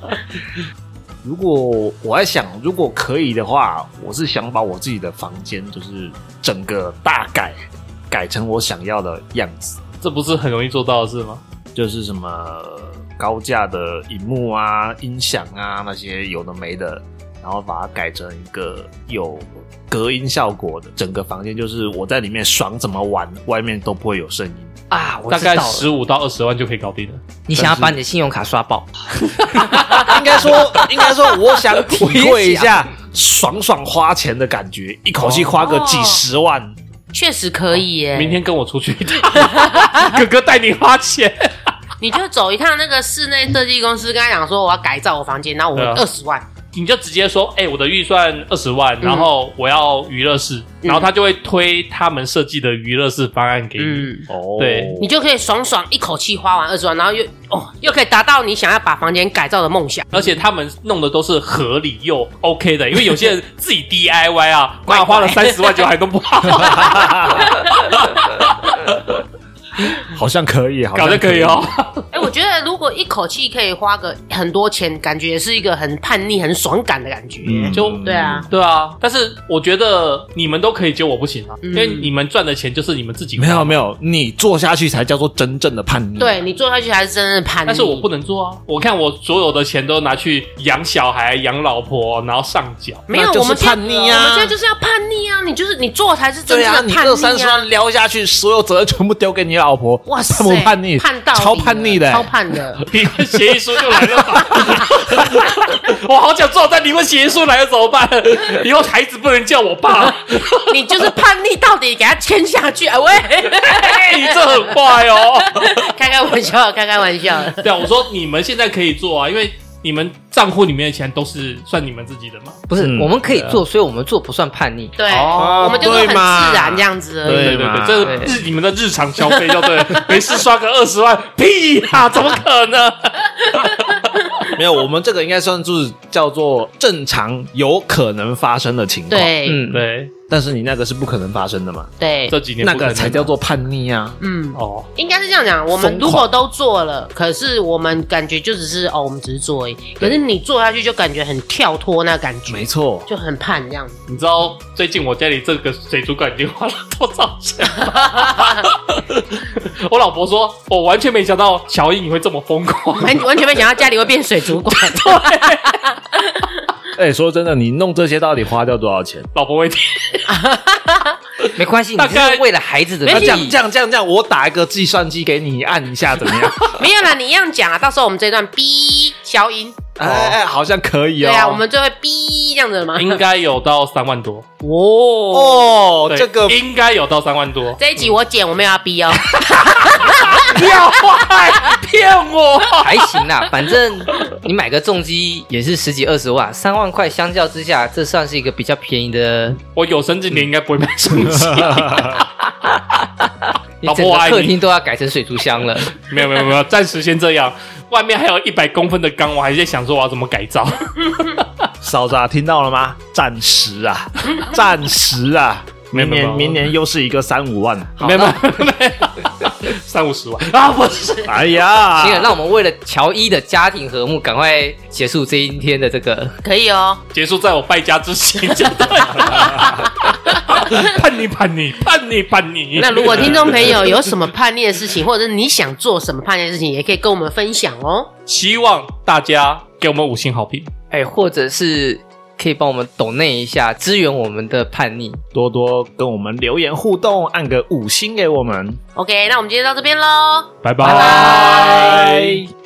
[SPEAKER 4] 如果我在想，如果可以的话，我是想把我自己的房间就是整个大改，改成我想要的样子，
[SPEAKER 2] 这不是很容易做到的事吗？
[SPEAKER 4] 就是什么高价的荧幕啊、音响啊那些有的没的，然后把它改成一个有隔音效果的，整个房间就是我在里面爽怎么玩，外面都不会有声音。
[SPEAKER 3] 啊，我
[SPEAKER 2] 大
[SPEAKER 3] 知道
[SPEAKER 2] 概
[SPEAKER 3] 了
[SPEAKER 2] 十五到二十万就可以搞定了。
[SPEAKER 3] 你想要把你的信用卡刷爆，
[SPEAKER 4] 应该说，应该说，我 想体会一下爽爽花钱的感觉，一口气花个几十万。
[SPEAKER 1] 确实可以耶、
[SPEAKER 2] 明天跟我出去一趟，哥哥带你花钱。
[SPEAKER 1] 你就走一趟那个室内设计公司，跟他讲说我要改造我房间，然后我
[SPEAKER 2] 对啊
[SPEAKER 1] 二十万，
[SPEAKER 2] 你就直接说，哎、我的预算二十万，然后我要娱乐室，然后他就会推他们设计的娱乐室方案给你。
[SPEAKER 1] 嗯，
[SPEAKER 4] 哦
[SPEAKER 2] 对
[SPEAKER 1] 你就可以爽爽一口气花完二十万，然后又哦又可以达到你想要把房间改造的梦想。
[SPEAKER 2] 而且他们弄的都是合理又 OK 的，因为有些人自己 DIY 啊，
[SPEAKER 1] 怪怪
[SPEAKER 2] 妈花了三十万就还弄不好，
[SPEAKER 4] 好像可以，好
[SPEAKER 2] 搞得可以哦。。
[SPEAKER 1] 哎、我觉得如果一口气可以花个很多钱，感觉也是一个很叛逆、很爽感的感觉。
[SPEAKER 4] 嗯
[SPEAKER 2] 就
[SPEAKER 1] 对啊，
[SPEAKER 2] 对啊，但是我觉得你们都可以揪我不行啊，
[SPEAKER 1] 嗯
[SPEAKER 2] 因为你们赚的钱就是你们自己花
[SPEAKER 4] 没有没有，你做下去才叫做真正的叛逆。
[SPEAKER 1] 对，你做下去才是真正的叛逆。
[SPEAKER 2] 但是我不能做啊！我看我所有的钱都拿去养小孩、养老婆，然后上缴。
[SPEAKER 1] 没有，
[SPEAKER 4] 那就是
[SPEAKER 1] 我们现在
[SPEAKER 4] 叛逆啊
[SPEAKER 1] 我们现在就是要叛逆啊！你就是你做才是真
[SPEAKER 4] 对
[SPEAKER 1] 正
[SPEAKER 4] 啊，
[SPEAKER 1] 的
[SPEAKER 4] 你
[SPEAKER 1] 叛
[SPEAKER 4] 这
[SPEAKER 1] 逆啊！
[SPEAKER 4] 三十万撩下去，所有责任全部丢给你老婆，
[SPEAKER 1] 哇塞，
[SPEAKER 4] 叛不叛逆？
[SPEAKER 1] 叛到底
[SPEAKER 4] 超叛逆的、
[SPEAKER 1] 超叛的。
[SPEAKER 2] 离婚协议书就来了吧， 我好想知道，但离婚协议书来了怎么办？以后孩子不能叫我爸，
[SPEAKER 1] 你就是叛逆到底，给他签下去啊！喂，
[SPEAKER 2] 哎，这很坏哦。
[SPEAKER 1] 开开玩笑，开开玩笑。
[SPEAKER 2] 对啊，我说你们现在可以做啊，因为你们账户里面的钱都是算你们自己的嘛。
[SPEAKER 3] 不是
[SPEAKER 4] 嗯？
[SPEAKER 3] 我们可以做，所以我们做不算叛逆。
[SPEAKER 1] 对，
[SPEAKER 2] 哦
[SPEAKER 1] 我们就是很
[SPEAKER 4] 对嘛
[SPEAKER 1] 自然这样子而已。
[SPEAKER 2] 对
[SPEAKER 4] 对
[SPEAKER 2] 对
[SPEAKER 4] 嘛
[SPEAKER 2] 对，这
[SPEAKER 3] 对
[SPEAKER 2] 是日你们的日常消费，就对了，没事刷个二十万，屁啦，怎么可能？
[SPEAKER 4] 没有，我们这个应该算是叫做正常有可能发生的情况。，
[SPEAKER 1] 对，
[SPEAKER 3] 嗯，
[SPEAKER 2] 对，
[SPEAKER 4] 但是你那个是不可能发生的嘛，
[SPEAKER 1] 对，
[SPEAKER 2] 这几年
[SPEAKER 4] 那
[SPEAKER 2] 不可
[SPEAKER 4] 个
[SPEAKER 2] 能啊
[SPEAKER 4] 才叫做叛逆啊。
[SPEAKER 1] 嗯，
[SPEAKER 2] 哦，
[SPEAKER 1] 应该是这样讲。我们
[SPEAKER 4] 疯狂
[SPEAKER 1] 如果都做了，可是我们感觉就只是哦，我们只是做而已。可是你做下去就感觉很跳脱，那感觉
[SPEAKER 4] 没错，
[SPEAKER 1] 就很叛这样子。
[SPEAKER 2] 你知道最近我家里这个水族馆已经花了多少钱吗？ 我老婆说，我完全没想到乔伊你会这么疯狂。
[SPEAKER 1] 完完全没想到家里会变水族 馆，
[SPEAKER 4] 哎、说真的，你弄这些到底花掉多少钱？
[SPEAKER 2] 老婆会听，
[SPEAKER 3] 没关系，你
[SPEAKER 2] 大概
[SPEAKER 3] 是为了孩子的
[SPEAKER 1] 没
[SPEAKER 4] 那
[SPEAKER 3] 利
[SPEAKER 4] 啊这
[SPEAKER 1] 事
[SPEAKER 4] 样
[SPEAKER 3] 益
[SPEAKER 4] 这，样这样这样，我打一个计算机给你按一下，怎么样？
[SPEAKER 1] 没有啦，你一样讲啊，到时候我们这段哔消音，
[SPEAKER 4] 哎哎，好像可以哦。
[SPEAKER 1] 对啊，我们就会哔这样子吗？
[SPEAKER 2] 应该有到三万多。
[SPEAKER 1] 哦，
[SPEAKER 4] 哦，
[SPEAKER 2] 对
[SPEAKER 4] 这个
[SPEAKER 2] 应该有到三万多。
[SPEAKER 1] 这一集我剪，我没有要哔哦，
[SPEAKER 2] 要坏，骗我！
[SPEAKER 3] 还行啦，反正你买个重机也是十几二十万，三万块相较之下，这算是一个比较便宜的。
[SPEAKER 2] 我有生之年应该不会买手机。
[SPEAKER 3] 你
[SPEAKER 2] 老
[SPEAKER 3] 整
[SPEAKER 2] 婆我
[SPEAKER 3] 个
[SPEAKER 2] 爱
[SPEAKER 3] 客
[SPEAKER 2] 你。
[SPEAKER 3] 厅都要改成水族箱了。
[SPEAKER 2] 没有没有没有，暂时先这样。外面还有一百公分的缸，我还在想说我要怎么改造。
[SPEAKER 4] 嫂子啊，听到了吗？暂时 啊，暂时啊，
[SPEAKER 2] 没有
[SPEAKER 4] 明
[SPEAKER 2] 没有
[SPEAKER 4] 年明年又是一个三五万，
[SPEAKER 2] 没有没有没有，三五十万啊！不是，
[SPEAKER 4] 哎呀，
[SPEAKER 3] 行了，让我们为了乔伊的家庭和睦，赶快结束这一天的这个。
[SPEAKER 1] 可以哦，
[SPEAKER 2] 结束在我败家之 前就对了。叛逆叛逆叛逆叛逆。
[SPEAKER 1] 那如果听众朋友有什么叛逆的事情，或者是你想做什么叛逆的事情，也可以跟我们分享哦。
[SPEAKER 2] 希望大家给我们五星好评，
[SPEAKER 3] 哎，或者是可以帮我们抖内一下，支援我们的叛逆。
[SPEAKER 4] 多多跟我们留言互动，按个五星给我们，
[SPEAKER 1] OK，那我们今天到这边喽。
[SPEAKER 2] 拜
[SPEAKER 1] 拜
[SPEAKER 2] 拜。